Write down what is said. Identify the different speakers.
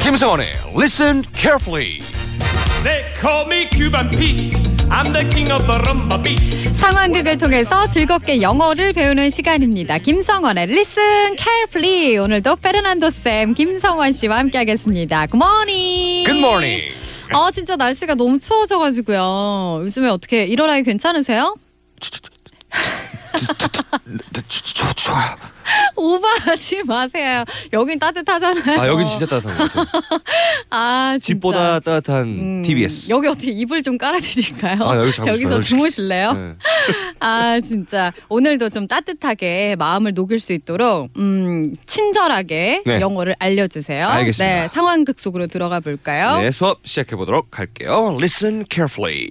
Speaker 1: 김성원의 Listen Carefully.
Speaker 2: They call me Cuban Pete. I'm the king of the rumba beat.
Speaker 3: 상황극을 통해서 즐겁게 영어를 배우는 시간입니다. 김성원의 Listen Carefully. 오늘도 페르난도 쌤, 김성원 씨와 함께하겠습니다. Good morning.
Speaker 1: Good morning.
Speaker 3: 아 진짜 날씨가 너무 추워져가지고요. 요즘에 어떻게 일어나기 괜찮으세요?
Speaker 1: 좋아요.
Speaker 3: 오버하지 마세요. 여긴 따뜻하잖아요.
Speaker 4: 아 여기 진짜 따뜻한 것 같아요.
Speaker 3: 아, 진짜.
Speaker 4: 집보다 따뜻한
Speaker 3: 음,
Speaker 4: TBS.
Speaker 3: 여기 어떻게 이불 좀 깔아드릴까요?
Speaker 4: 아, 여기 자고 싶어요.
Speaker 3: 여기서
Speaker 4: 솔직히.
Speaker 3: 주무실래요?
Speaker 4: 네.
Speaker 3: 아 진짜 오늘도 좀 따뜻하게 마음을 녹일 수 있도록 음 친절하게
Speaker 4: 네.
Speaker 3: 영어를 알려주세요.
Speaker 4: 알겠습니다.
Speaker 3: 네, 상황극 속으로 들어가 볼까요?
Speaker 4: 네, 수업 시작해 보도록 할게요.
Speaker 1: Listen Carefully.